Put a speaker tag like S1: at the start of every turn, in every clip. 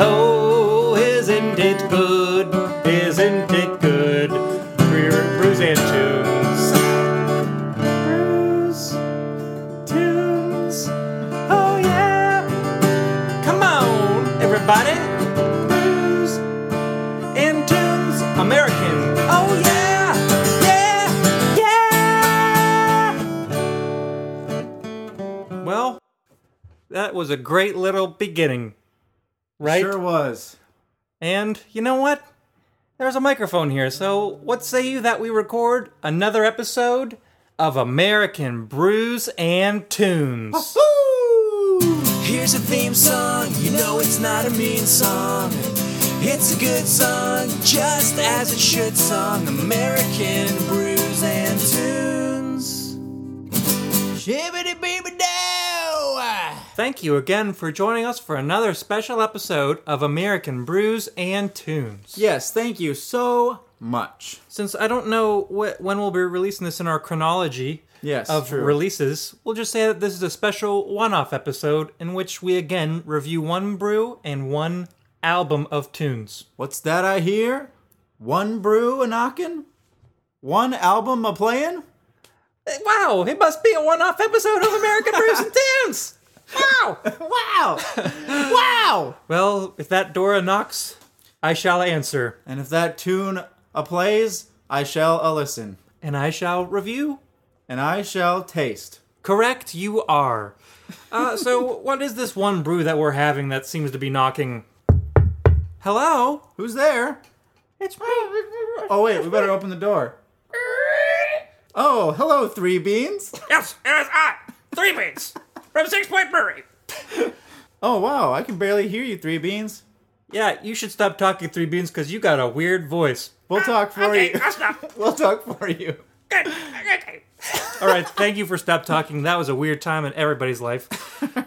S1: Oh, Oh, it good? Isn't it good? We're Brews and Tunes. Brews, tunes, oh yeah. Come on, everybody. Brews and tunes, American. Oh yeah, yeah, yeah. Well, that was a great little beginning, right?
S2: Sure was.
S1: And you know what? There's a microphone here, so what say you that we record another episode of American Brews and Tunes?
S3: Here's a theme song, you know it's not a mean song. It's a good song, just as it should song. American brews and tunes. Shibbity beeby dow!
S1: Thank you again for joining us for another special episode of American Brews and Tunes.
S2: Yes, thank you so much.
S1: Since I don't know wh- when we'll be releasing this in our chronology
S2: Yes,
S1: of
S2: true.
S1: releases, we'll just say that this is a special one off episode in which we again review one brew and one album of tunes.
S2: What's that I hear? One brew a knockin'? One album a playin'?
S1: Wow, it must be a one off episode of American Brews and Tunes! Wow!
S2: Wow! wow!
S1: Well, if that Dora knocks, I shall answer,
S2: And if that tune a plays, I shall a listen,
S1: and I shall review.
S2: and I shall taste.
S1: Correct, you are. Uh, so, what is this one brew that we're having that seems to be knocking? Hello?
S2: Who's there?
S1: It's me.
S2: Oh wait, we better open the door. Oh, hello, three beans.
S1: Yes, it is I, Three Beans, from Six Point Brewery.
S2: Oh wow, I can barely hear you, three beans.
S1: Yeah, you should stop talking, Three Beans, because you got a weird voice.
S2: We'll talk for you.
S1: stop.
S2: We'll talk for you.
S1: All right, thank you for stop talking. That was a weird time in everybody's life.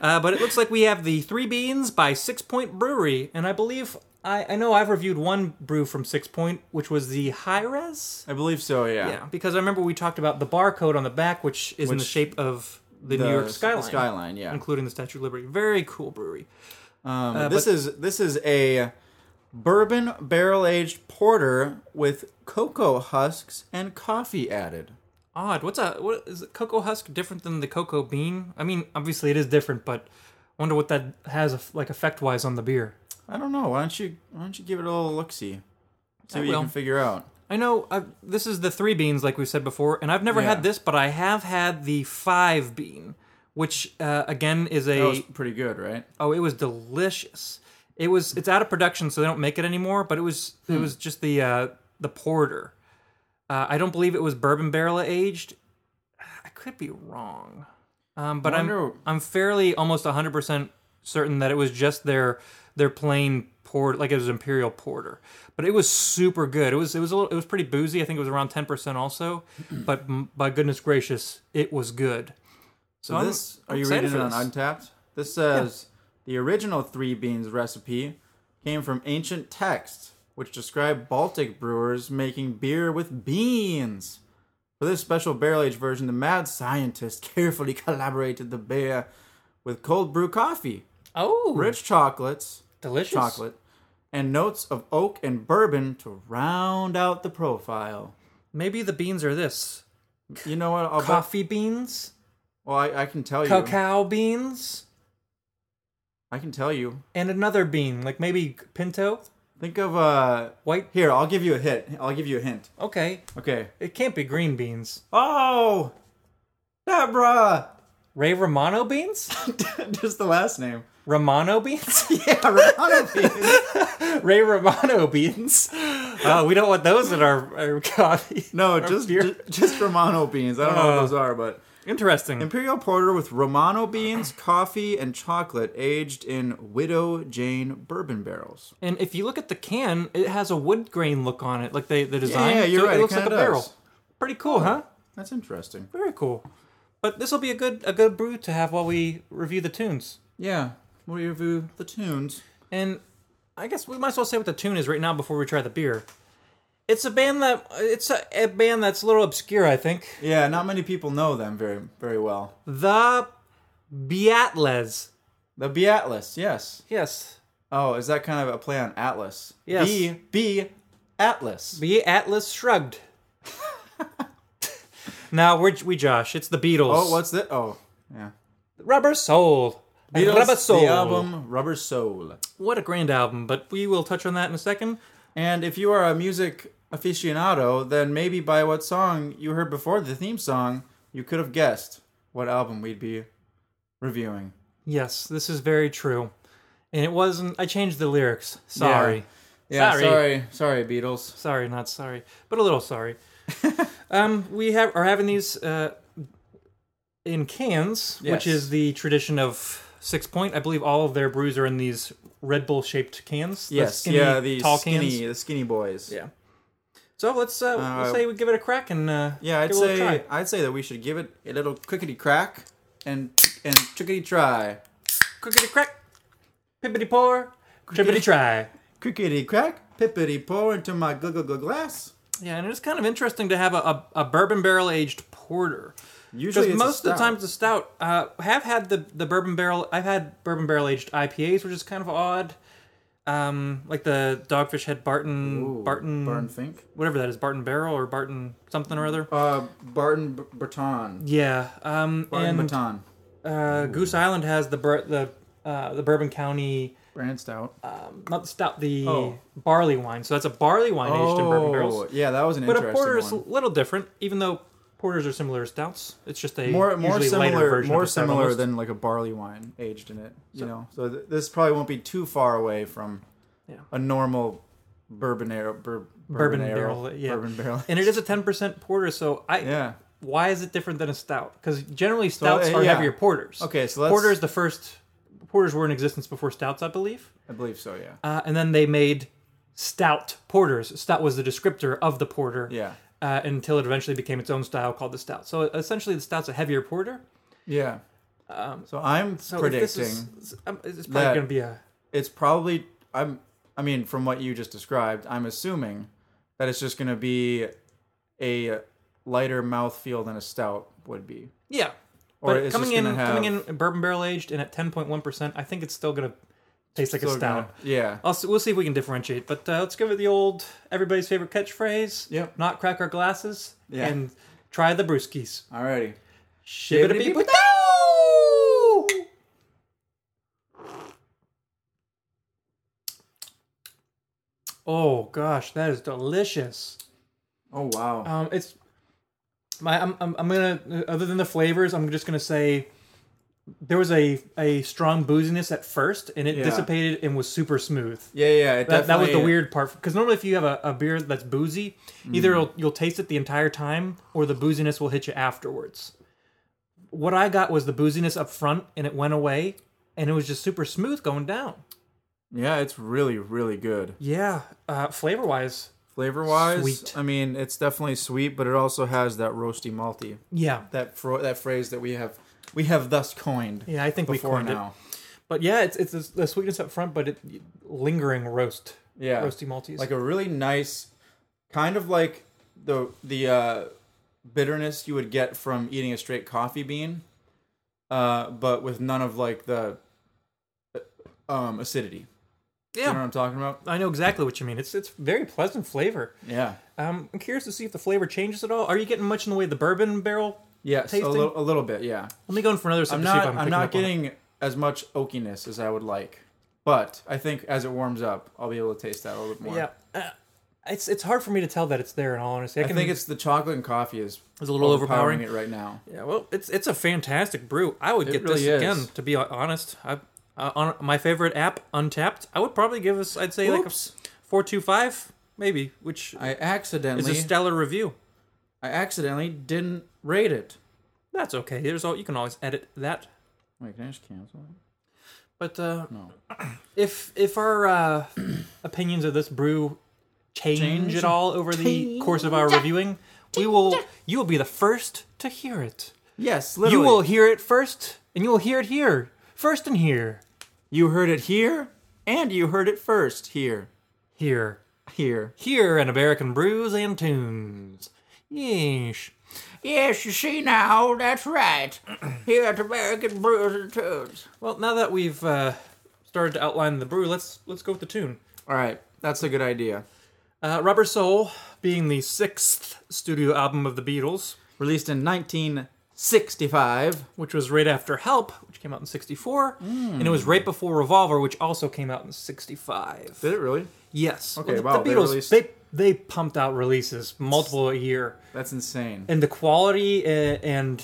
S1: Uh, but it looks like we have the Three Beans by Six Point Brewery, and I believe I, I know I've reviewed one brew from Six Point, which was the High Res.
S2: I believe so. Yeah.
S1: Yeah, because I remember we talked about the barcode on the back, which is in the
S2: Which-
S1: shape of the,
S2: The
S1: New York
S2: s-
S1: skyline,
S2: skyline, yeah.
S1: including the Statue of Liberty. Very cool brewery.
S2: Um,
S1: Uh,
S2: this is this is a bourbon barrel aged porter with cocoa husks and coffee added.
S1: Odd. What's a what is cocoa husk different than the cocoa bean? I mean, obviously it is different, but I wonder what that has like effect wise on the beer.
S2: I don't know. Why don't you Why don't you give it a little look see? See what you
S1: will.
S2: can figure out.
S1: I know i this is the three beans, like we said before, and I've never
S2: Yeah.
S1: had this, but I have had the five bean, which uh, again is a
S2: That was pretty good, right?
S1: oh, it was delicious. It was it's out of production, so they don't make it anymore. But it was it was just the uh, the porter. Uh, I don't believe it was bourbon barrel aged. I could be wrong, um, but I'm
S2: Wonder-
S1: I'm fairly almost 100 percent certain that it was just their their plain port like it was imperial porter. But it was super good. It was it was a little, it was pretty boozy. I think it was around 10 percent also. but m- by goodness gracious, it was good.
S2: So
S1: I'm-
S2: this
S1: I'm
S2: are you
S1: excited
S2: reading it
S1: for
S2: on
S1: this.
S2: Untapped? This says the original three beans recipe came from ancient texts which describe Baltic brewers making beer with beans. For this special barrel aged version, the mad scientist carefully collaborated the beer with cold brew coffee,
S1: Oh,
S2: rich chocolates,
S1: delicious
S2: chocolate, and notes of oak and bourbon to round out the profile.
S1: Maybe the beans are this.
S2: You know what? I'll bet-
S1: coffee beans,
S2: well, I, I can tell you.
S1: cacao beans,
S2: I can tell you.
S1: and another bean, like maybe pinto,
S2: Think of uh,
S1: white.
S2: Here, I'll give you a hint. I'll give you a hint.
S1: Okay,
S2: Okay.
S1: it can't be green beans.
S2: Oh, Deborah.
S1: Ray Romano beans?
S2: Just the last name.
S1: Romano beans?
S2: Yeah, Romano beans.
S1: Ray Romano beans. Oh, we don't want those in our, our coffee.
S2: No, just, ju- just Romano beans. I don't know what those are, but
S1: Interesting.
S2: Imperial Porter with Romano beans, coffee, and chocolate, aged in Widow Jane bourbon barrels.
S1: And if you look at the can, it has a wood grain look on it, like the, the design.
S2: yeah, you're
S1: so
S2: right,
S1: It
S2: it
S1: looks like a
S2: kinda
S1: barrel.
S2: does.
S1: Pretty cool, huh?
S2: That's interesting.
S1: Very cool. But this will be a good a good brew to have while we review the tunes.
S2: Yeah. We'll review the tunes.
S1: And I guess we might as well say what the tune is right now before we try the beer. It's a band that it's a, a band that's a little obscure, I think.
S2: Yeah, not many people know them very, very well.
S1: The Beatles.
S2: The Beatles, yes.
S1: Yes.
S2: Oh, is that kind of a play on Atlas?
S1: Yes.
S2: B B Atlas.
S1: Be Atlas shrugged. now we're we Josh. It's the Beatles.
S2: oh, what's that? Oh, yeah.
S1: Rubber Soul?
S2: Beatles,
S1: Rubber Soul.
S2: The album Rubber Soul.
S1: What a grand album! But we will touch on that in a second.
S2: And if you are a music aficionado, then maybe by what song you heard before the theme song, you could have guessed what album we'd be reviewing.
S1: Yes, this is very true. And it wasn't. I changed the lyrics. Sorry.
S2: Yeah,
S1: Sorry.
S2: sorry, sorry, Beatles.
S1: sorry, not sorry, but a little sorry. um, we have are having these uh, in cans,
S2: Yes.
S1: which is the tradition of Six Point. I believe all of their brews are in these Red Bull shaped cans. the
S2: Yes,
S1: skinny,
S2: yeah, the
S1: tall cans.
S2: skinny, the skinny boys.
S1: Yeah. So let's uh, let's say we give it a crack and uh,
S2: Yeah, I'd
S1: give it a little
S2: say
S1: try.
S2: I'd say that we should give it a little crickety crack and and trickety try.
S1: crickety crack, pippity pour, trippity try.
S2: Crickety crack, pippity pour into my glug glug glug glass.
S1: Yeah, and it's kind of interesting to have a, a, a bourbon barrel aged porter. Because
S2: Usually, it's
S1: most
S2: a
S1: of the
S2: stout.
S1: times the stout uh, have had the, the bourbon barrel. I've had bourbon barrel aged IPAs, which is kind of odd. Um, like the Dogfish Head Barton
S2: Ooh,
S1: Barton
S2: Barton Fink,
S1: whatever that is Barton Barrel or Barton something or other.
S2: uh, Barton B- Breton,
S1: Yeah. Um,
S2: Barton
S1: and
S2: Breton,
S1: uh, Goose Island has the bur- the uh, the Bourbon County
S2: brand stout.
S1: um, not the stout the
S2: Oh.
S1: barley wine. So that's a barley wine aged in bourbon barrels.
S2: yeah, that was an
S1: But a
S2: interesting
S1: porter is a
S2: one.
S1: little different, even though porters are similar to stouts. It's just a
S2: More more
S1: usually lighter
S2: similar,
S1: version
S2: more
S1: of a stout
S2: similar
S1: almost.
S2: than like a barley wine aged in it. You know, so th- this probably won't be too far away from
S1: Yeah.
S2: a normal bourbon arrow, bur-
S1: bourbon,
S2: ale-
S1: barrel. yeah.
S2: bourbon barrel.
S1: And it is a 10% porter, so I
S2: Yeah.
S1: why is it different than a stout? Because generally stouts
S2: uh,
S1: are
S2: yeah.
S1: heavier porters.
S2: Okay, so let's-
S1: porter is the first. Porters were in existence before stouts, I believe,
S2: I believe so. Yeah.
S1: uh, and then they made stout porters. Stout was the descriptor of the porter.
S2: Yeah.
S1: Uh, until it eventually became its own style called the stout. So essentially, the stout's a heavier porter.
S2: Yeah. so I'm
S1: Um, So if this
S2: predicting
S1: is- s- um, it's probably
S2: that-
S1: going to be a
S2: it's probably I'm I mean from what you just described, I'm assuming that it's just going to be a lighter mouthfeel than a stout would be.
S1: yeah.
S2: Or
S1: But
S2: it's
S1: coming
S2: just
S1: in,
S2: gonna
S1: coming
S2: have-
S1: in bourbon barrel aged and at 10.1%, I think it's still going to taste like a
S2: So
S1: stout.
S2: gonna- yeah.
S1: I'll s we'll see if we can differentiate, but uh, let's give it the old everybody's favorite catchphrase.
S2: Yep.
S1: Not crack our glasses.
S2: Yeah.
S1: And try the brewskis.
S2: Alrighty.
S1: Shibbity-beep-a-doo! Oh gosh, that is delicious.
S2: Oh wow.
S1: Um, it's my. I'm, I'm. I'm gonna. Other than the flavors, I'm just gonna say there was a a strong booziness at first, and it
S2: Yeah.
S1: dissipated and was super smooth.
S2: yeah, yeah. It
S1: That, that was the
S2: definitely-
S1: weird part because normally if you have a, a beer that's boozy, either you'll, you'll taste it the entire time or the booziness will hit you afterwards. What I got was the booziness up front and it went away and it was just super smooth going down.
S2: Yeah, it's really really good.
S1: Yeah, uh, flavor wise,
S2: Flavor wise,
S1: Sweet.
S2: I mean, it's definitely sweet, but it also has that roasty malty.
S1: yeah,
S2: That fro- that phrase that we have we have thus coined
S1: yeah. I think we
S2: before
S1: coined
S2: now.
S1: it, but yeah, it's it's the sweetness up front, but it lingering roast,
S2: Yeah.
S1: roasty maltese.
S2: like a really nice kind of like the the uh, bitterness you would get from eating a straight coffee bean uh, but with none of like the uh, um, acidity
S1: yeah,
S2: you know what i'm talking about
S1: I know exactly what you mean. It's it's very pleasant flavor.
S2: yeah
S1: Um, I'm curious to see if the flavor changes at all. Are you getting much in the way of the bourbon barrel
S2: yes a
S1: Tasting?
S2: little, a little bit yeah
S1: Let me go in for another sip
S2: i'm
S1: to see
S2: not
S1: if I'm,
S2: i'm,
S1: picking
S2: not
S1: up on it.
S2: getting as much oakiness as i would like but i think as it warms up i'll be able to taste that a little bit more
S1: Yeah, uh, it's it's hard for me to tell that it's there. In all honesty, I,
S2: i
S1: can,
S2: think it's the chocolate and coffee is
S1: It's a little overpowering.
S2: it right now
S1: Yeah, well, it's it's a fantastic brew. I would get
S2: really
S1: this
S2: is.
S1: again. To be hon- honest, I, uh, on my favorite app, Untapped, I would probably give us. I'd say
S2: Oops.
S1: like a four two five, maybe, which
S2: i
S1: is
S2: accidentally
S1: a stellar review.
S2: i accidentally didn't rate it
S1: That's okay. There's all you can always edit that.
S2: Wait, can I just cancel?
S1: But uh, if if our uh, opinions of this brew change,
S2: Change?
S1: at all over the course of our reviewing, we will. You will be the first to hear it.
S2: Yes,
S1: You
S2: literally.
S1: will hear it first, and you will hear it here. First and here.
S2: You heard it here, and you heard it first here,
S1: Here.
S2: here.
S1: Here in American Brews and Tunes. Yeesh.
S2: Yes, you see now. That's right. here at American Brewers and Tunes.
S1: Well, now that we've uh, started to outline the brew, let's let's go with the tune.
S2: All right, that's a good idea.
S1: Uh, Rubber Soul, being the sixth studio album of the Beatles,
S2: Released in 1965.
S1: which was right after Help, which came out in '64, and it was right before Revolver, which also came out in '65.
S2: Did it really?
S1: Yes.
S2: Okay,
S1: the,
S2: wow,
S1: the
S2: they
S1: Beatles
S2: released-
S1: they they pumped out releases multiple a year,
S2: That's insane.
S1: and the quality and, and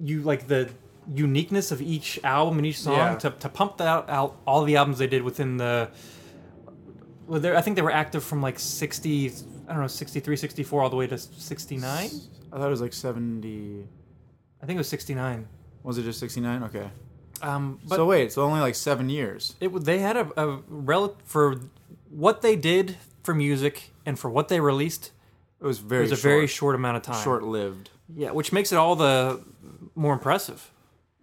S1: you like the uniqueness of each album and each song
S2: Yeah.
S1: to, to pump that out, out all the albums they did within the. Well, they're- I think they were active from like 60, I don't know, 63, 64, all the way to 69.
S2: I thought it was like 70.
S1: I think it was 69.
S2: Was it just 69? Okay.
S1: Um, but
S2: so wait, so only like seven years.
S1: it, they had a, a rel- for what they did for music and for what they released.
S2: It was very.
S1: It was a very short amount of time.
S2: short lived.
S1: Yeah, which makes it all the more impressive.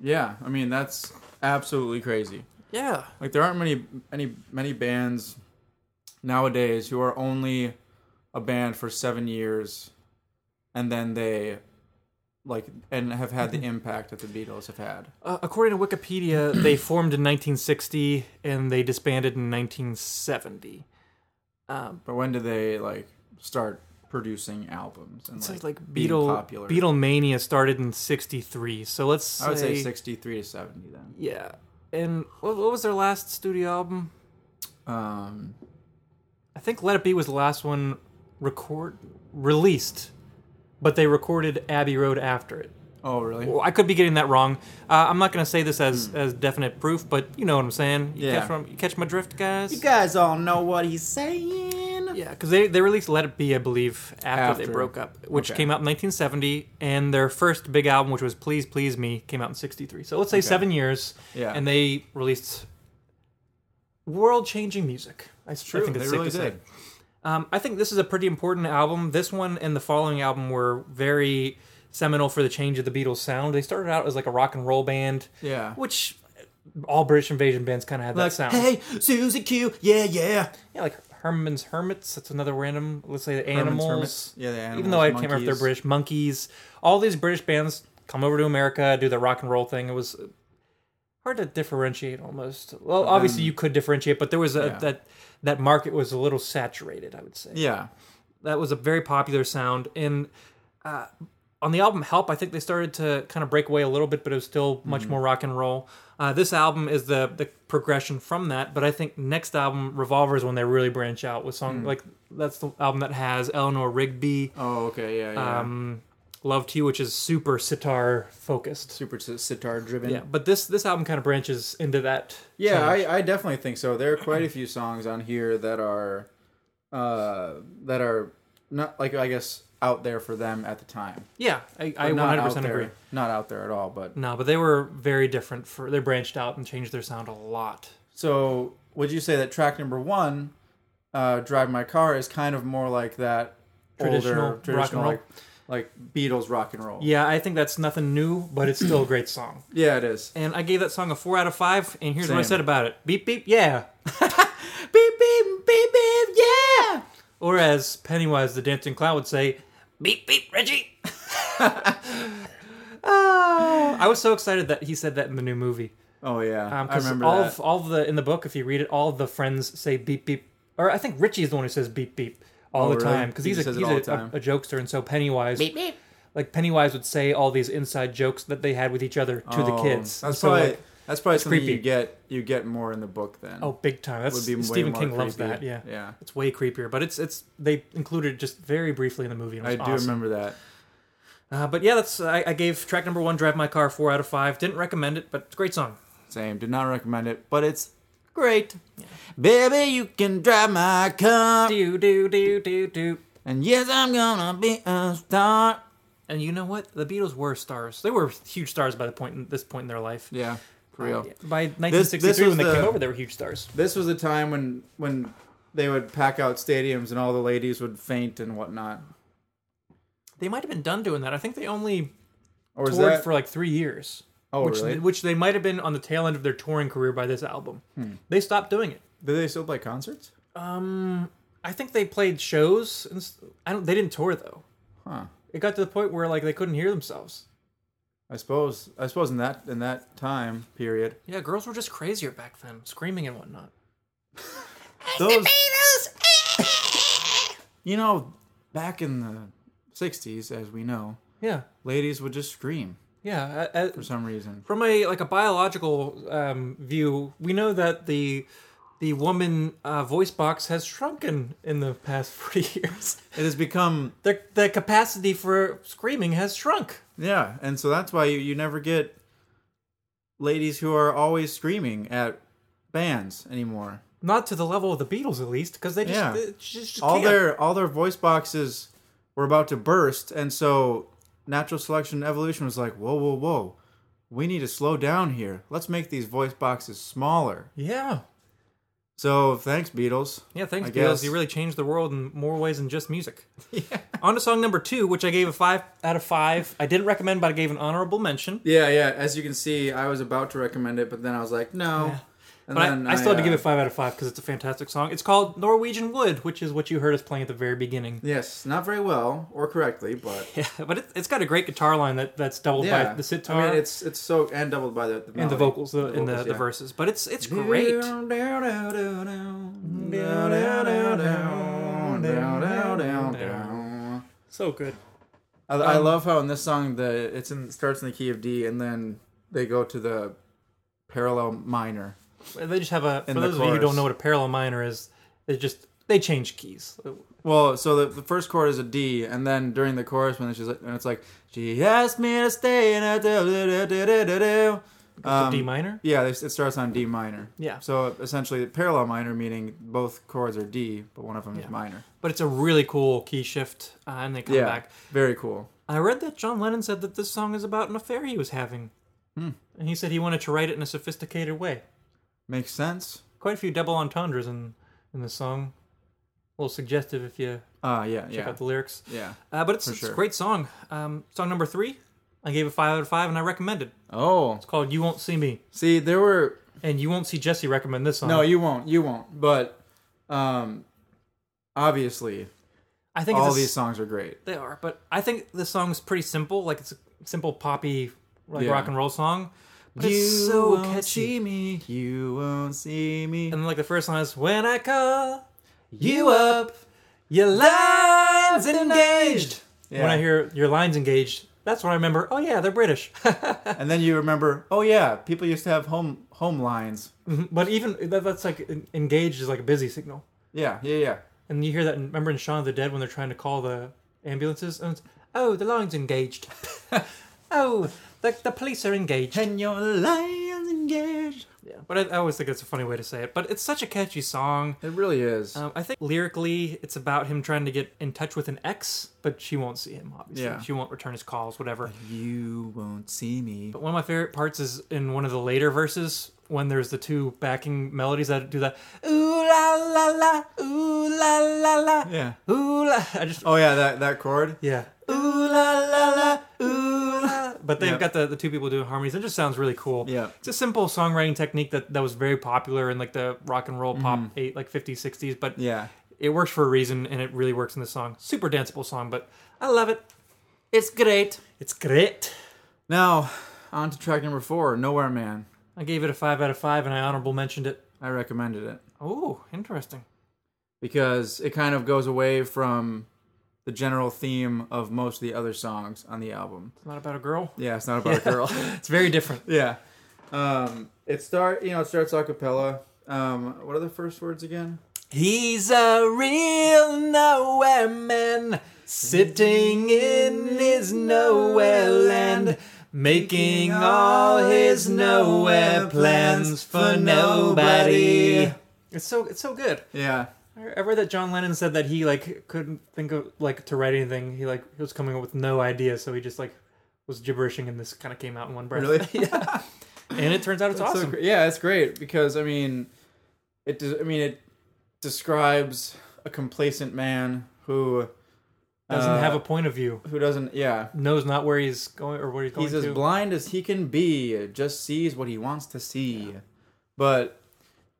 S2: Yeah, I mean that's absolutely crazy.
S1: Yeah.
S2: Like there aren't many any many bands nowadays who are only a band for 7 years and then they like and have had the impact that the Beatles have had.
S1: Uh, according to Wikipedia, they formed in 1960 and they disbanded in 1970.
S2: But when did they like start producing albums and
S1: So
S2: like,
S1: it's like
S2: being
S1: Beatle
S2: popular?
S1: Beatlemania started in 63. So let's say,
S2: I would say 63 to 70 then.
S1: yeah. And what, what was their last studio album?
S2: Um
S1: I think Let It Be was the last one record released, but they recorded Abbey Road after it.
S2: oh really?
S1: Well, I could be getting that wrong. Uh, I'm not going to say this as as definite proof, but you know what I'm saying. You
S2: Hmm. Yeah.
S1: Catch from, you catch my drift, guys.
S2: guys all know what he's saying.
S1: Yeah, because they, they released Let It Be, I believe, after, they
S2: After.
S1: broke up, which
S2: Okay.
S1: came out in 1970, and their first big album, which was Please Please Me, came out in '63. So let's say seven years.
S2: Yeah.
S1: and they released world-changing music. That's
S2: True,
S1: I think it's
S2: they
S1: safe
S2: really
S1: to say.
S2: did.
S1: Um, I think this is a pretty important album. This one and the following album were very seminal for the change of the Beatles sound. They started out as like a rock and roll band,
S2: Yeah.
S1: which all British invasion bands kind of had that
S2: Like,
S1: sound.
S2: hey, Susie Q, yeah, yeah.
S1: Yeah, like Herman's Hermits. That's another random. Let's say the
S2: Herman's
S1: animals.
S2: Hermits. Yeah, the
S1: Even though I
S2: Animals,
S1: can't remember if they're
S2: Monkeys.
S1: British, monkeys. All these British bands come over to America, do the rock and roll thing. It was uh, hard to differentiate almost. Well, obviously you could differentiate, but there was a
S2: Yeah.
S1: that that market was a little saturated. I would say
S2: Yeah.
S1: that was a very popular sound. And uh, on the album Help, I think they started to kind of break away a little bit, but it was still
S2: Mm.
S1: much more rock and roll. Uh, this album is the the progression from that, but I think next album Revolver is when they really branch out with
S2: Mm.
S1: songs like that's the album that has Eleanor Rigby,
S2: Oh, okay, yeah, yeah.
S1: um, Love to You, which is super sitar focused.
S2: Super si- sitar driven.
S1: Yeah, but this this album kind of branches into that.
S2: Yeah, I, I definitely think so. There are quite a few songs on here that are, uh, that are not like I guess out there for them at the time.
S1: Yeah, I, I
S2: But not
S1: 100%
S2: out there-
S1: agree.
S2: Not out there at all. But
S1: No, but they were very different. For they branched out and changed their sound a lot.
S2: so, would you say that track number one, uh, "Drive My Car," is kind of more like that
S1: Traditional rock
S2: older,
S1: and
S2: traditional
S1: roll?
S2: like, like Beatles rock and roll?
S1: Yeah, I think that's nothing new, but it's still a great song.
S2: yeah, it is.
S1: And I gave that song a four out of five. And here's what I
S2: Same.
S1: said about it: beep beep, yeah.
S2: Beep beep beep beep, yeah.
S1: Or as Pennywise the Dancing Clown would say, beep beep, Reggie. oh, I was so excited that he said that in the new movie.
S2: Oh yeah,
S1: Um,
S2: I
S1: 'cause
S2: remember
S1: all
S2: that.
S1: Of, all of the in the book, if you read it, all of the friends say beep beep, or I think Richie is the one who says beep beep all
S2: Oh,
S1: the
S2: really?
S1: time because
S2: He
S1: he's a
S2: says it
S1: he's
S2: all
S1: a,
S2: the time.
S1: a jokester, and so Pennywise beep beep. Like Pennywise would say all these inside jokes that they had with each other to the
S2: Oh,
S1: kids.
S2: That's
S1: so,
S2: probably
S1: like,
S2: that's probably something you
S1: creepy.
S2: get you get more in the book then.
S1: oh, big time. That's
S2: Would be way
S1: Stephen
S2: more
S1: King loves
S2: creepy.
S1: that. Yeah,
S2: Yeah.
S1: It's way creepier, but it's it's they included it just very briefly in the movie. And it
S2: I
S1: was
S2: do
S1: awesome.
S2: remember that.
S1: Uh, but yeah, that's I, I gave track number one, "Drive My Car," four out of five. Didn't recommend it, but it's a great song.
S2: Same. Did not recommend it, but it's great. Baby, you can drive my car,
S1: Do do do do do.
S2: and yes, I'm gonna be a star.
S1: And you know what? The Beatles were stars. They were huge stars by the point in this point in their life.
S2: Yeah, for real.
S1: By 1963,
S2: this
S1: when
S2: was
S1: they
S2: the-
S1: came over, they were huge stars.
S2: This was the time when when they would pack out stadiums and all the ladies would faint and whatnot.
S1: They might have been done doing that. I think they only
S2: Or is
S1: toured
S2: that
S1: for like three years,
S2: oh
S1: which
S2: really?
S1: which they might have been on the tail end of their touring career by this album.
S2: Hmm.
S1: They stopped doing it.
S2: Do they still play concerts?
S1: I think they played shows. And s- I don't. They didn't tour though.
S2: Huh.
S1: It got to the point where like they couldn't hear themselves.
S2: I suppose. I suppose in that in that time period,
S1: Yeah, girls were just crazier back then, screaming and whatnot.
S2: those. you know, back in the '60s, as we know,
S1: Yeah,
S2: ladies would just scream
S1: yeah. I, I,
S2: for some reason.
S1: from a like a biological um, view, we know that the the woman uh, voice box has shrunken in the past forty years.
S2: It has become
S1: the the capacity for screaming has shrunk.
S2: yeah, and so that's why you, you never get ladies who are always screaming at bands anymore.
S1: Not to the level of the Beatles, at least, because they just,
S2: Yeah.
S1: they just, just
S2: all
S1: can't.
S2: their all their voice boxes were about to burst, and so natural selection and evolution was like, whoa, whoa, whoa, we need to slow down here. Let's make these voice boxes smaller.
S1: yeah,
S2: So thanks, Beatles.
S1: yeah. Thanks,
S2: I
S1: Beatles.
S2: guess.
S1: You really changed the world in more ways than just music. yeah. On to song number two, which I gave a five out of five. I didn't recommend, but I gave an honorable mention.
S2: Yeah, yeah. As you can see, I was about to recommend it, but then I was like, no. And
S1: But
S2: uh,
S1: I, I still had to give it five out of five because it's a fantastic song. It's called Norwegian Wood, which is what you heard us playing at the very beginning.
S2: Yes, not very well or correctly, but
S1: Yeah, but it, it's got a great guitar line that, that's doubled by the sitar
S2: I mean, it's it's so and doubled by the, the
S1: and the vocals the, and the,
S2: vocals,
S1: the
S2: yeah.
S1: verses. But it's it's great. So good.
S2: I, I love how in this song the it's in starts in the key of D and then they go to the parallel minor.
S1: They just have a.
S2: And
S1: for
S2: the
S1: those of you who don't
S2: chorus.
S1: know what a parallel minor is, they just they change keys.
S2: Well, so the, the first chord is a D, and then during the chorus when it's just like, and it's like she asked me to stay and I do do do do do do. Um,
S1: D minor.
S2: Yeah, they- it starts on D minor.
S1: Yeah.
S2: So essentially, parallel minor meaning both chords are D, but one of them
S1: Yeah.
S2: is minor.
S1: But it's a really cool key shift, uh, and they come
S2: yeah.
S1: back.
S2: Very cool.
S1: I read that John Lennon said that this song is about an affair he was having,
S2: Hmm.
S1: and he said he wanted to write it in a sophisticated way.
S2: Makes sense.
S1: Quite a few double entendres in in this song. A little suggestive if you
S2: Uh, yeah,
S1: check
S2: yeah,
S1: out the lyrics.
S2: yeah.
S1: Uh, but it's, it's a
S2: sure.
S1: great song. Um, song number three, I gave it five out of five, and I recommended.
S2: Oh,
S1: It's called "You Won't See Me,"
S2: see, there were
S1: and you won't see Jesse recommend this song.
S2: no, you won't, you won't. But, um, obviously,
S1: I think it's
S2: all
S1: a-
S2: these songs are great.
S1: They are, but I think the song's pretty simple. Like it's a simple poppy, like
S2: Yeah.
S1: rock and roll song. But it's so catchy.
S2: me. You won't see me.
S1: And like the first line is, "When I call you up, your lines engaged."
S2: Yeah.
S1: When I hear your lines engaged, that's when I remember. Oh yeah, they're British.
S2: and then you remember, oh yeah, people used to have home home lines.
S1: but even that, that's like en- engaged is like a busy signal.
S2: Yeah, yeah, yeah.
S1: And you hear that. in- Remember in Shaun of the Dead when they're trying to call the ambulances, and it's, oh the line's engaged. oh, the, the police are engaged.
S2: And your lines engaged.
S1: Yeah, but I, I always think it's a funny way to say it. But it's such a catchy song.
S2: It really is.
S1: Um, I think lyrically, it's about him trying to get in touch with an ex, but she won't see him. Obviously,
S2: Yeah.
S1: she won't return his calls, whatever.
S2: you won't see me.
S1: But one of my favorite parts is in one of the later verses when there's the two backing melodies that do that. Ooh la la la, ooh la la la,
S2: Yeah.
S1: ooh la. I just
S2: Oh yeah, that that chord.
S1: yeah.
S2: Ooh la la la, ooh la.
S1: But they've
S2: Yeah.
S1: got the, the two people doing harmonies. It just sounds really cool.
S2: Yeah.
S1: It's a simple songwriting technique that, that was very popular in like the rock and roll pop eight like 50s, 60s. But
S2: Yeah.
S1: it works for a reason and it really works in this song super danceable song but i love it it's great it's great
S2: Now, on to track number four, Nowhere Man.
S1: i gave it a five out of five and i honorable mentioned it
S2: I recommended it
S1: oh interesting
S2: because it kind of goes away from the general theme of most of the other songs on the album.
S1: it's not about a girl
S2: Yeah, it's not about a girl.
S1: it's very different
S2: yeah. Um, it start you know it starts a cappella. Um, what are the first words again?
S1: he's a real nowhere man sitting in his nowhere land making all his nowhere plans for nobody it's so it's so good
S2: Yeah.
S1: I I read that John Lennon said that he like couldn't think of like to write anything. He like he was coming up with no ideas, so he just like was gibberishing, and this kind of came out in one breath.
S2: Really?
S1: yeah. And it turns out it's
S2: So
S1: awesome.
S2: gr- yeah, it's great because I mean, it. des- I mean, it describes a complacent man who
S1: Doesn't
S2: uh,
S1: have a point of view.
S2: who doesn't. Yeah,
S1: Knows not where he's going or where he's going
S2: he's as
S1: to.
S2: blind as he can be. Just sees what he wants to see. But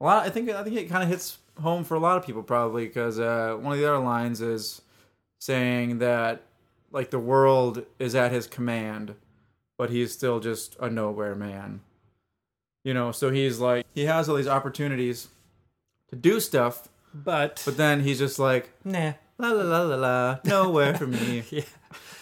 S2: a lot. I think. I think it kind of hits home for a lot of people probably because uh, one of the other lines is saying that like the world is at his command, but he's still just a nowhere man. You know, so he's like he has all these opportunities to do stuff,
S1: But,
S2: but then he's just like
S1: nah.
S2: la la la la la, nowhere for me.
S1: Did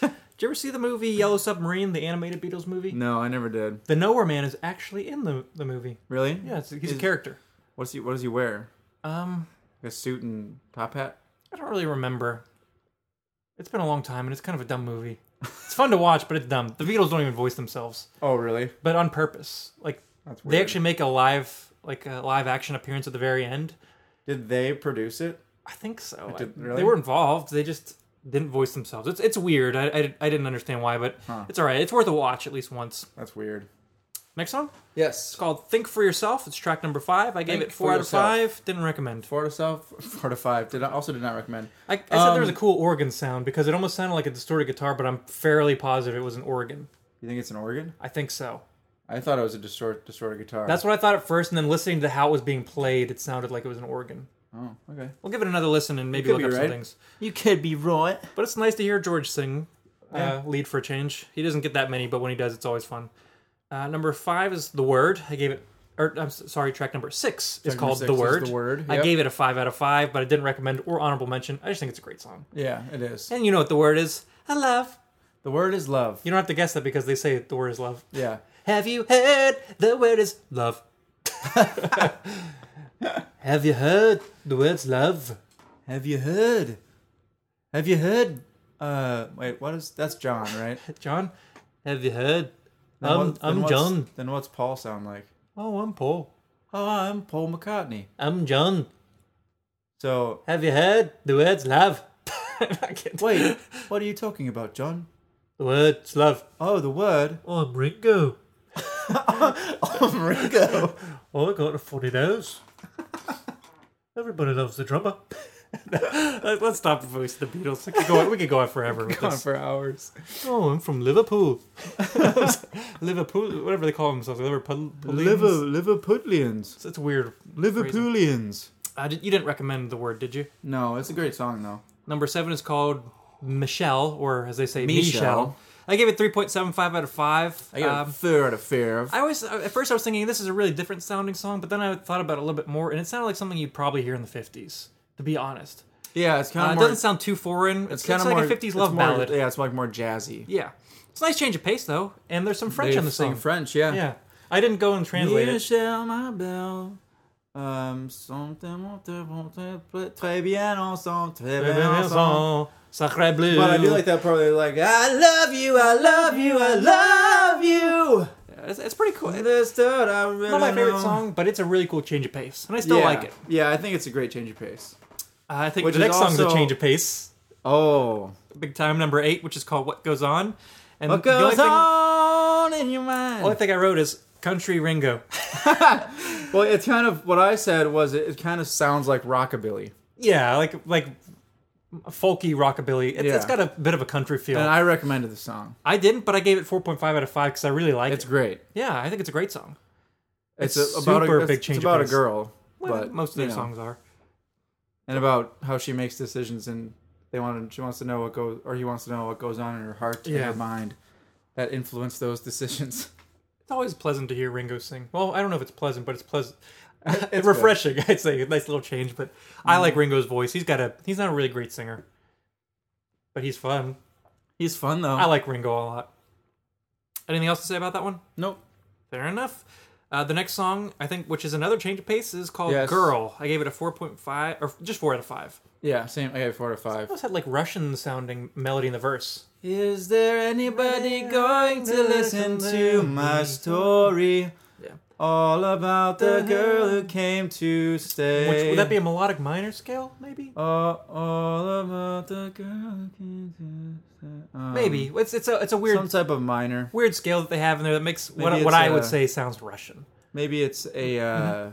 S1: you ever see the movie Yellow Submarine, the animated Beatles movie?
S2: No, I never did.
S1: The Nowhere Man is actually in the the movie.
S2: Really?
S1: Yeah, it's, he's a
S2: Is-
S1: character.
S2: What's he? What does he wear?
S1: Mm. Um,
S2: Like a suit and top hat.
S1: I don't really remember. It's been a long time, and it's kind of a dumb movie. It's fun to watch, but it's dumb. The Beatles don't even voice themselves,
S2: Oh, really?
S1: but on purpose. Like
S2: That's
S1: they actually make a live like a live action appearance at the very end.
S2: did they produce it?
S1: I think so.
S2: It did-
S1: I-
S2: really?
S1: They were involved. They just didn't voice themselves. It's it's weird. I I, I didn't understand why, but it's all right. It's worth a watch at least once.
S2: That's weird.
S1: Next song.
S2: Yes.
S1: It's called "Think for Yourself." It's track number five. I gave
S2: Think
S1: it four
S2: for
S1: out of
S2: Yourself.
S1: five. Didn't recommend.
S2: Four to self, four to five. Did I also did not recommend.
S1: I, I said
S2: Um,
S1: there was a cool organ sound because it almost sounded like a distorted guitar, but I'm fairly positive it was an organ.
S2: You think it's an organ?
S1: I think so.
S2: I thought it was a distort, distorted guitar.
S1: That's what I thought at first, and then listening to how it was being played, it sounded like it was an organ.
S2: oh, okay.
S1: We'll give it another listen and maybe
S2: could
S1: look
S2: be
S1: up some
S2: right.
S1: things.
S2: You could be right.
S1: But it's nice to hear George sing
S2: Yeah.
S1: uh, lead for a change. He doesn't get that many, but when he does, it's always fun. Uh, number five is The Word. I gave it, or I'm s- sorry, track number six is
S2: Track number
S1: called
S2: six
S1: The
S2: is
S1: Word.
S2: The Word,
S1: I
S2: yep.
S1: gave it a five out of five, but I didn't recommend or honorable mention. I just think it's a great song.
S2: Yeah, it is.
S1: And you know what The Word is? I love.
S2: The word is love.
S1: You don't have to guess that because they say The Word is love.
S2: Yeah.
S1: Have you heard the word is love? Have you heard the words love?
S2: Have you heard? Have you heard? Uh, wait. What is? That's John, right?
S1: John, have you heard?
S2: Then
S1: I'm,
S2: what- then
S1: Um, I'm
S2: what's-
S1: John.
S2: Then what's Paul sound like?
S1: Oh, I'm Paul.
S2: Oh, I'm Paul McCartney.
S1: I'm John.
S2: So
S1: Have you heard the words love? I can't.
S2: wait, what are you talking about, John?
S1: The words love.
S2: Oh, the word.
S1: Oh, I'm Ringo.
S2: Ringo.
S1: Oh, I got a funny nose. Everybody loves the drummer. Let's stop before we see the Beatles. We could go, we could go on forever with
S2: Gone
S1: this.
S2: for hours.
S1: Oh, I'm from Liverpool. Liverpool, whatever they call themselves, Liverpool.
S2: Liver, Liverpudlians.
S1: It's, it's weird.
S2: Liverpoolians.
S1: I did, you didn't recommend the word, did you?
S2: No, it's a great song though.
S1: Number seven is called Michelle, or as they say, Michelle.
S2: Michelle.
S1: I gave it three point seven five out of five.
S2: I got a
S1: Um,
S2: fair out of fair.
S1: I always uh, at first I was thinking this is a really different sounding song, but then I thought about it a little bit more, and it sounded like something you'd probably hear in the fifties. To be honest,
S2: Yeah, it's
S1: uh,
S2: kind
S1: it
S2: of more.
S1: doesn't sound too foreign. It's,
S2: it's
S1: kind of like a fifties love
S2: it's more-
S1: ballad.
S2: Yeah, it's like more jazzy.
S1: yeah, it's a nice change of pace though, and there's some French
S2: They
S1: in the
S2: sing
S1: song.
S2: French, yeah.
S1: Yeah, I didn't go and translate
S2: You
S1: it.
S2: shall my bell. Um, something won't te- won't te- très bien ensemble, très bien ensemble.
S1: Sacre bleu.
S2: But I do like that part. They're like, I love you, I love you, I love you.
S1: It's, it's pretty cool. It's
S2: This thought I really
S1: not my favorite
S2: know.
S1: song, but it's a really cool change of pace, and I still
S2: yeah.
S1: like it.
S2: Yeah, I think it's a great change of pace.
S1: Uh, I think
S2: Which
S1: the
S2: is
S1: next song's a
S2: also-
S1: change of pace.
S2: Oh,
S1: Big time number eight, which is called "What Goes On." And
S2: what
S1: the only
S2: goes
S1: thing,
S2: on in your mind?
S1: Only thing I wrote is "Country Ringo."
S2: Well, it's kind of what I said was it, it kind of sounds like rockabilly,
S1: yeah, like like folky rockabilly. It's, it's
S2: Yeah.
S1: got a bit of a country feel.
S2: and
S1: I,
S2: I recommended the song.
S1: didn't, but I gave it four point five out of five because I really like
S2: It's
S1: it.
S2: great.
S1: Yeah, I think it's a great song.
S2: It's,
S1: It's
S2: a, about
S1: super
S2: a
S1: big
S2: it's,
S1: change
S2: It's
S1: of
S2: about a
S1: pace.
S2: girl,
S1: Well,
S2: but
S1: most of their
S2: you know,
S1: songs are.
S2: and about how she makes decisions, and they want to, she wants to know what goes, or he wants to know what goes on in her heart and
S1: Yeah.
S2: her mind that influence those decisions.
S1: It's always pleasant to hear Ringo sing. Well, I don't know if it's pleasant, but it's pleasant.
S2: good. Mm-hmm.
S1: It's refreshing, I'd say. A nice little change, but I like Ringo's voice. He's got a he's not a really great singer. But he's fun.
S2: He's fun though.
S1: I like Ringo a lot. Anything else to say about that one?
S2: nope.
S1: Fair enough. Uh, the next song, I think, which is another change of pace, is called
S2: Yes.
S1: "Girl." I gave it a four point five, or just four out of five.
S2: Yeah, same. I gave it four to
S1: It
S2: five.
S1: almost had like Russian-sounding melody in the verse.
S2: Is there anybody going to listen to my story?
S1: Yeah.
S2: All about the girl who came to stay.
S1: Mm-hmm. Which, would that be a melodic minor scale, maybe?
S2: Uh, all about the girl who came to stay. Um,
S1: maybe it's it's a it's a weird
S2: some type of minor.
S1: weird scale that they have in there that makes what
S2: Maybe
S1: what
S2: it's,
S1: I would
S2: uh,
S1: say sounds Russian.
S2: Maybe it's a uh,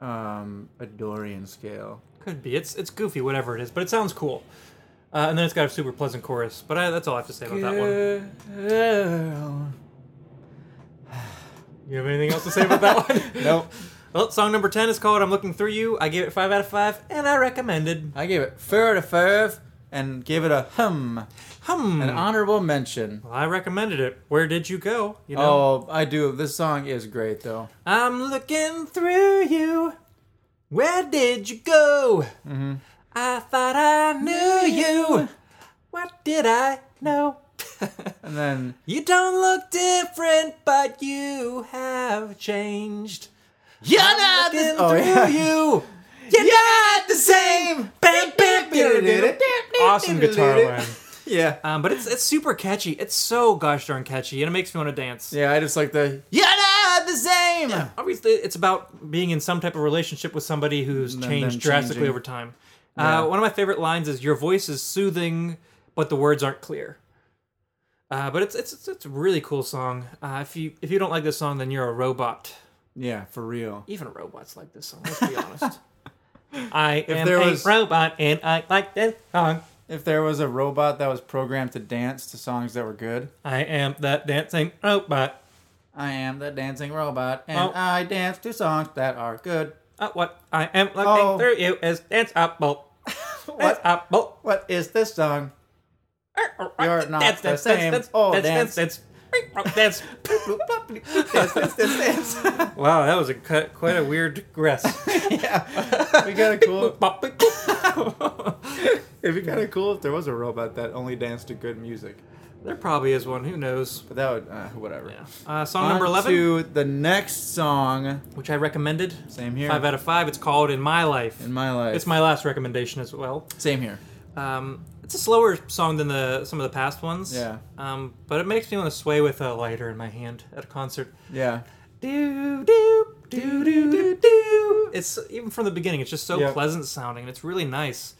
S1: Mm-hmm.
S2: um a Dorian scale.
S1: Could be. It's it's goofy, whatever it is, but it sounds cool. Uh, and then it's got a super pleasant chorus. But I, that's all I have to say about that one.
S2: Girl.
S1: You have anything else to say about that one?
S2: Nope.
S1: well, song number ten is called "I'm Looking Through You." I gave it five out of five, and I recommended.
S2: I gave it four out of five, and gave it a hum,
S1: Hmm.
S2: an honorable mention.
S1: Well, I recommended it. Where did you go? You know,
S2: Oh, I do. This song is great though.
S1: I'm looking through you. Where did you go? I thought I knew you. What did I know?
S2: And then
S1: You don't look different, but you have changed.
S2: you're
S1: not the-
S2: oh, yeah. you. You're not the same.
S1: Bam, bam, doo-doo-doo. Awesome guitar line.
S2: Yeah.
S1: Um, but it's it's super catchy. It's so gosh darn catchy, and it makes me want to dance.
S2: Yeah, I just like the you're not the same.
S1: obviously it's about being in some type of relationship with somebody who's
S2: then
S1: changed
S2: them
S1: drastically
S2: changing.
S1: over time.
S2: Yeah.
S1: Uh, one of my favorite lines is "Your voice is soothing, but the words aren't clear." Uh, but it's, it's it's it's a really cool song. Uh, if you if you don't like this song, then you're a robot.
S2: Yeah, for real.
S1: Even robots like this song. Let's be honest. I am
S2: there
S1: a
S2: was-
S1: robot, and I like this song.
S2: If there was a robot that was programmed to dance to songs that were good,
S1: I am that dancing robot.
S2: I am the dancing robot and
S1: Oh.
S2: I dance to songs that are good.
S1: Uh, what I am looking
S2: Oh.
S1: through you is danceable.
S2: What?
S1: Danceable.
S2: What is this song?
S1: You're
S2: not the same. Oh, dance.
S1: That's
S2: Dance, dance, dance, dance.
S1: wow, that was a cut, quite a weird digress.
S2: we got a cool.
S1: They're
S2: It'd be kind of cool if there was a robot that only danced to good music.
S1: There probably is one. Who knows?
S2: But that would uh, whatever.
S1: Uh, song number
S2: On
S1: eleven,
S2: To the next song.
S1: which I recommended.
S2: Same here.
S1: Five out of five. It's called "In My Life."
S2: In my life.
S1: it's my last recommendation as well.
S2: same here.
S1: Um, it's a slower song than the some of the past ones.
S2: Yeah.
S1: Um, but it makes me want to sway with a lighter in my hand at a concert.
S2: Yeah.
S1: do do do do do do. It's even from the beginning. It's just so
S2: Yep.
S1: pleasant sounding. and It's really nice.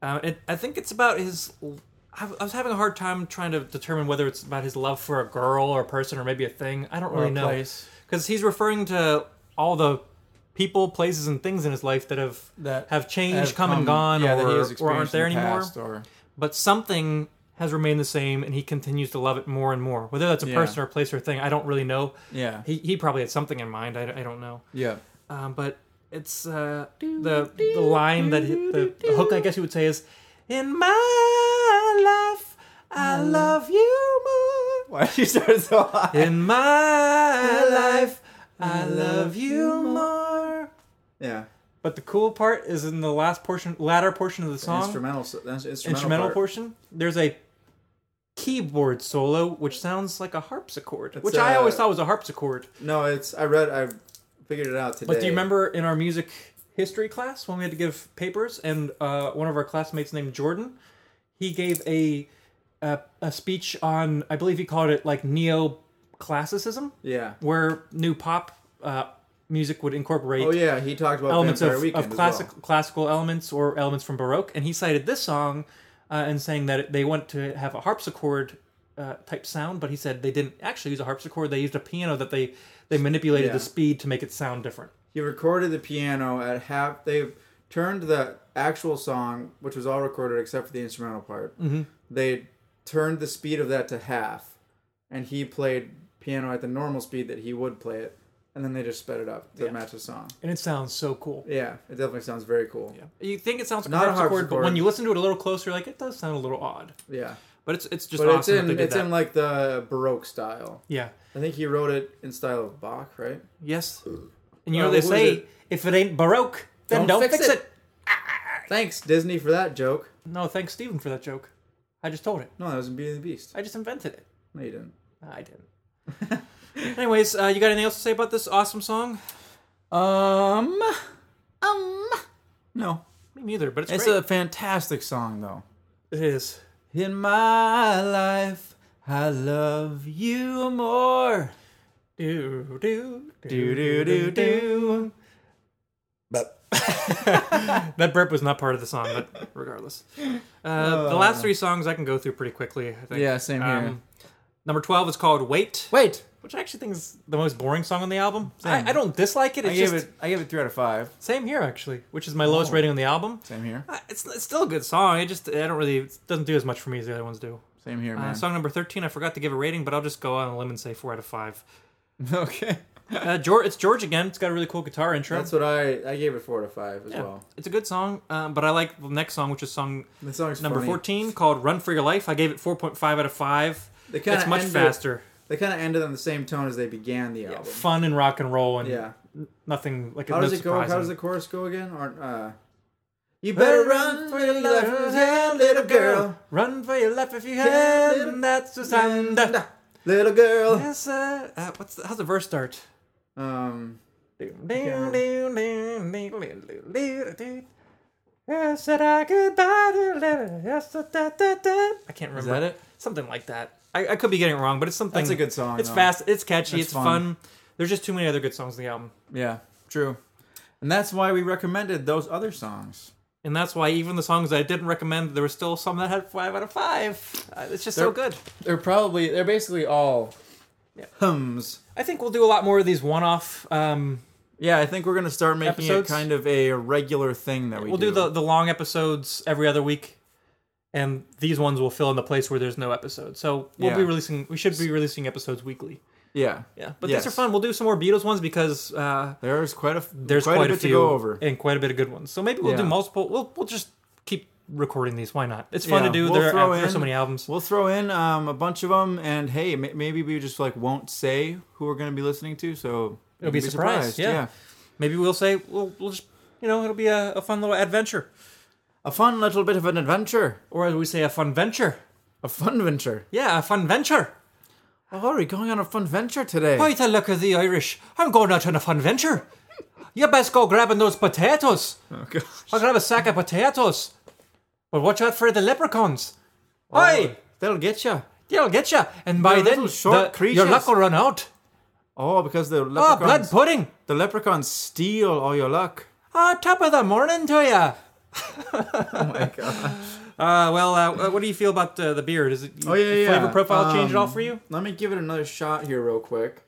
S1: Uh, it, I think it's about his. I I was having a hard time trying to determine whether it's about his love for a girl or a person or maybe a thing. I don't
S2: Or
S1: really
S2: a
S1: know
S2: place.
S1: because he's referring to all the people, places, and things in his life that have
S2: That
S1: have changed,
S2: Have
S1: come, and gone,
S2: yeah, that he
S1: or,
S2: has
S1: or aren't
S2: experienced in
S1: there
S2: the
S1: anymore
S2: past or-
S1: but something has remained the same and he continues to love it more and more whether that's a
S2: Yeah.
S1: person or place or thing i don't really know
S2: Yeah.
S1: he, he probably had something in mind i, I don't know
S2: yeah.
S1: um, but it's uh, the the line that hit the, the hook i guess you would say is in my life i love you more
S2: Why did you start so high?
S1: in my life i love you more
S2: Yeah.
S1: but the cool part is in the last portion latter portion of the
S2: The
S1: song
S2: Instrumental. s- That's instrumental,
S1: instrumental
S2: part.
S1: portion, there's a keyboard solo which sounds like a harpsichord, which
S2: uh,
S1: I always thought was a harpsichord.
S2: No, it's. I read. I figured it out today.
S1: But do you remember in our music history class when we had to give papers and uh, one of our classmates named Jordan, he gave a a, a speech on I believe he called it like neoclassicism,
S2: Yeah.
S1: where new pop uh, music would incorporate
S2: Oh yeah, he talked about
S1: elements
S2: Vampire
S1: of,
S2: Weekend
S1: of
S2: as
S1: classic
S2: well.
S1: classical elements or elements from Baroque, and he cited this song uh, and saying that they want to have a harpsichord uh, type sound, but he said they didn't actually use a harpsichord; they used a piano that they they manipulated
S2: Yeah.
S1: the speed to make it sound different.
S2: He recorded the piano at half. They've turned the actual song, which was all recorded except for the instrumental part. Mm-hmm. They turned the speed of that to half, and he played piano at the normal speed that he would play it, and then they just sped it up to match the song.
S1: And it sounds so cool.
S2: Yeah, it definitely sounds very cool. Yeah.
S1: You think it sounds like
S2: Not a
S1: a harpsichord, but
S2: harpsichord.
S1: when you listen to it a little closer, you're like it does sound a little odd. But it's it's just
S2: But
S1: awesome
S2: it's
S1: that they
S2: in
S1: did
S2: it's
S1: that.
S2: in like the baroque style.
S1: yeah.
S2: I think he wrote it in style of Bach, right?
S1: Yes. And you
S2: Uh,
S1: know they
S2: who is
S1: say
S2: it?
S1: if it ain't baroque, then don't, fix, it.
S2: Thanks Disney for that joke.
S1: No, thanks Steven for that joke. I just told it.
S2: No, that was in Beauty and the Beast.
S1: I just invented it.
S2: No, you didn't.
S1: I didn't. Anyways, uh, you got anything else to say about this awesome song?
S2: Um, um, no.
S1: Me neither, but it's,
S2: It's
S1: great.
S2: a fantastic song, though.
S1: it is.
S2: In my life, I love you more.
S1: Do do
S2: Do do do do.
S1: But that burp was not part of the song, but regardless, uh, the last three songs I can go through pretty quickly. I think.
S2: Yeah, same here.
S1: Um, number twelve is called "Wait,"
S2: Um, Wait,
S1: which I actually think is the most boring song on the album. I, I don't dislike it.
S2: I
S1: It's
S2: gave
S1: just
S2: it. I gave it three out of five.
S1: same here actually, which is my lowest rating on the album.
S2: Same here.
S1: Uh, It's, it's still a good song. It just I don't really it doesn't do as much for me as the other ones do.
S2: Same here,
S1: Uh,
S2: man.
S1: song number 13, I forgot to give a rating, but I'll just go on a limb and say 4 out of 5.
S2: okay.
S1: Uh, George, it's George again. It's got a really cool guitar intro.
S2: That's what I I gave it four to five as
S1: Yeah.
S2: well.
S1: It's a good song, um, but I like the next song, which is song
S2: The song's
S1: number
S2: funny.
S1: 14 called Run for Your Life. I gave it 4.5 out of 5.
S2: They kinda
S1: It's much
S2: end it-
S1: faster.
S2: They kind of ended on the same tone as they began the album.
S1: Fun and rock and roll and
S2: Yeah.
S1: nothing like
S2: How
S1: no
S2: does it go? How
S1: surprising.
S2: does the chorus go again? Or uh, you better run for your life, yeah, little girl.
S1: Run for your life if you
S2: Yeah,
S1: can.
S2: little-
S1: and that's just and
S2: Little girl.
S1: yes, uh, uh, what's the, how's the verse start?
S2: Um,
S1: Ding, ding, ding, ding, ding, ding, ding, ding. Yes, said I goodbye to letter. Yes, da, da, da, da. I can't remember.
S2: that it?
S1: Something like that. I, I could be getting it wrong, but it's something.
S2: That's a good song,
S1: It's
S2: though.
S1: fast. It's catchy.
S2: That's
S1: it's fun.
S2: fun.
S1: There's just too many other good songs in the album,
S2: yeah, true. And that's why we recommended those other songs.
S1: and that's why even the songs I didn't recommend, there were still some that had five out of five. Uh, it's just so
S2: They're-
S1: good.
S2: They're probably they're basically all
S1: Yeah.
S2: hums.
S1: I think we'll do a lot more of these one-off. Um,
S2: Yeah, I think we're gonna start making
S1: Episodes?
S2: it kind of a regular thing that we
S1: we'll do the the long episodes every other week, and these ones will fill in the place where there's no episode. So we'll be
S2: Yeah.
S1: releasing. We should be releasing episodes weekly.
S2: yeah.
S1: Yeah, but
S2: Yes.
S1: these are fun. We'll do some more Beatles ones because uh,
S2: There's quite a f-
S1: there's quite,
S2: a bit
S1: few
S2: to go over.
S1: and quite a bit of good ones. So maybe we'll do
S2: Yeah.
S1: multiple. We'll we'll just keep recording these. Why not? It's fun
S2: Yeah,
S1: to do.
S2: we'll
S1: there,
S2: throw
S1: are, there are so
S2: in-
S1: many albums.
S2: We'll throw in um, a bunch of them, and hey, ma- maybe we just like won't say who we're gonna be listening to, so
S1: It'll
S2: you'll
S1: be a surprise, yeah. Maybe we'll say we'll we'll just you know it'll be a, a fun little adventure,
S2: a fun little bit of an adventure,
S1: or as we say, a fun venture.
S2: a fun venture.
S1: Yeah, a fun venture.
S2: Oh, are we going on a fun venture today?
S1: Quite a look at the Irish. I'm going out on a fun venture. You best go grabbing those potatoes.
S2: Oh, gosh.
S1: I'll grab a sack of potatoes. But watch out for the leprechauns. Oi!
S2: They'll get you.
S1: They'll get you, and by
S2: They're
S1: then
S2: Oh. little short
S1: the- your
S2: creatures.
S1: luck will run out.
S2: Oh, because the
S1: Oh, blood
S2: leprechauns,
S1: pudding!
S2: the leprechauns steal all your luck.
S1: Oh, top of the morning to ya. oh my gosh. Uh, well, uh, what do you feel about uh, the beer? Does it
S2: Oh, yeah, yeah,
S1: flavor
S2: yeah.
S1: profile change at all
S2: Um,
S1: for you?
S2: Let me give it another shot here, real quick.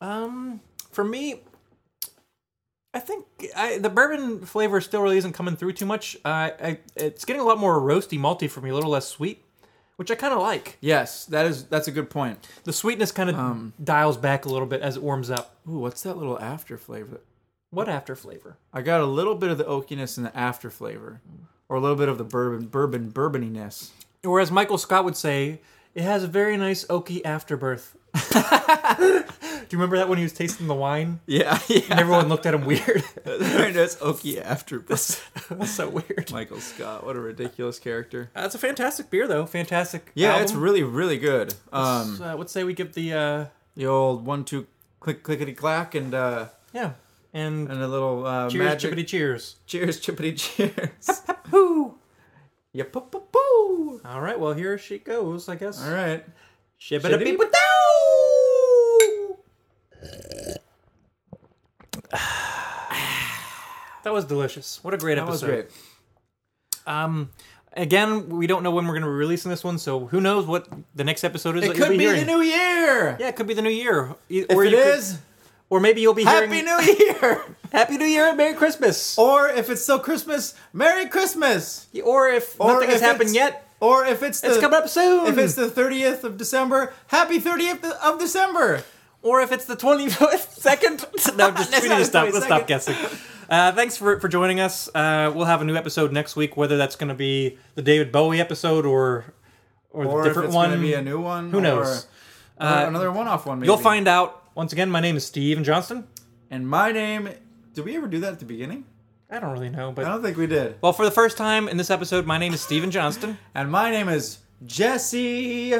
S1: Um, for me, I think I, the bourbon flavor still really isn't coming through too much. Uh, I it's getting a lot more roasty, malty for me, a little less sweet, which I kind of like.
S2: Yes, that is that's a good point.
S1: The sweetness kind of
S2: Um,
S1: dials back a little bit as it warms up.
S2: Ooh, what's that little after flavor?
S1: What after flavor?
S2: I got a little bit of the oakiness and the after flavor, or a little bit of the bourbon, bourbon, bourboniness.
S1: Or as Michael Scott would say, it has a very nice oaky afterbirth. Do you remember that when he was tasting the wine?
S2: Yeah, yeah.
S1: And everyone looked at him weird.
S2: That's Okie after
S1: That's so weird.
S2: Michael Scott. What a ridiculous character.
S1: That's a fantastic beer, though. Fantastic.
S2: Yeah,
S1: album.
S2: it's really, really good. Um,
S1: Uh, let's say we give the uh,
S2: the old one, two, click, clickety clack, and uh,
S1: yeah, and
S2: and a little uh,
S1: Cheers,
S2: magic.
S1: chippity cheers.
S2: cheers, chippity, cheers.
S1: Woo!
S2: yeah, poo, poo, poo.
S1: All right, well, here she goes, I guess.
S2: All right.
S1: Shibbity
S2: Shibbity-
S1: beep That was delicious. What a great
S2: That was
S1: episode.
S2: great.
S1: Um, again, we don't know when we're going to be releasing this one, so who knows what the next episode is.
S2: It
S1: that you'll
S2: could be
S1: hearing.
S2: the new year.
S1: Yeah, it could be the new year. E-
S2: If
S1: or
S2: it
S1: you could-
S2: is,
S1: or maybe you'll be
S2: Happy
S1: hearing
S2: New Year.
S1: Happy New Year and Merry Christmas.
S2: or if it's still Christmas, Merry Christmas.
S1: Or if
S2: Or
S1: nothing has
S2: if
S1: happened
S2: it's-
S1: yet,
S2: Or if it's the,
S1: it's coming up soon.
S2: If it's the 30th of December, happy 30th of December.
S1: or if it's the 22nd. no, just,
S2: That's
S1: we need
S2: not
S1: to
S2: the
S1: stop. Let's stop
S2: 22nd.
S1: guessing. Uh, thanks for, for joining us. Uh, we'll have a new episode next week, whether that's going to be the David Bowie episode or or,
S2: Or
S1: the different
S2: if it's
S1: one.
S2: gonna be a new one.
S1: Who knows? Uh,
S2: Or, or another one-off one. Maybe.
S1: You'll find out. Once again, my name is Steven Johnston.
S2: And my name. Did we ever do that at the beginning?
S1: I don't really know,
S2: I
S1: but
S2: don't think we did.
S1: well, for the first time in this episode, my name is Steven Johnston,
S2: And my name is Jesse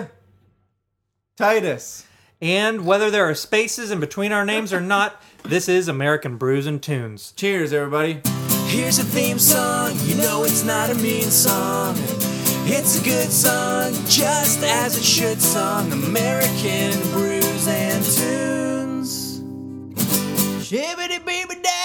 S2: Titus.
S1: and whether there are spaces in between our names or not, this is American Brews and Tunes.
S2: Cheers, everybody.
S3: Here's a theme song, you know it's not a mean song. It's a good song, just as it should song. American brews and tunes. Shibbity baby down.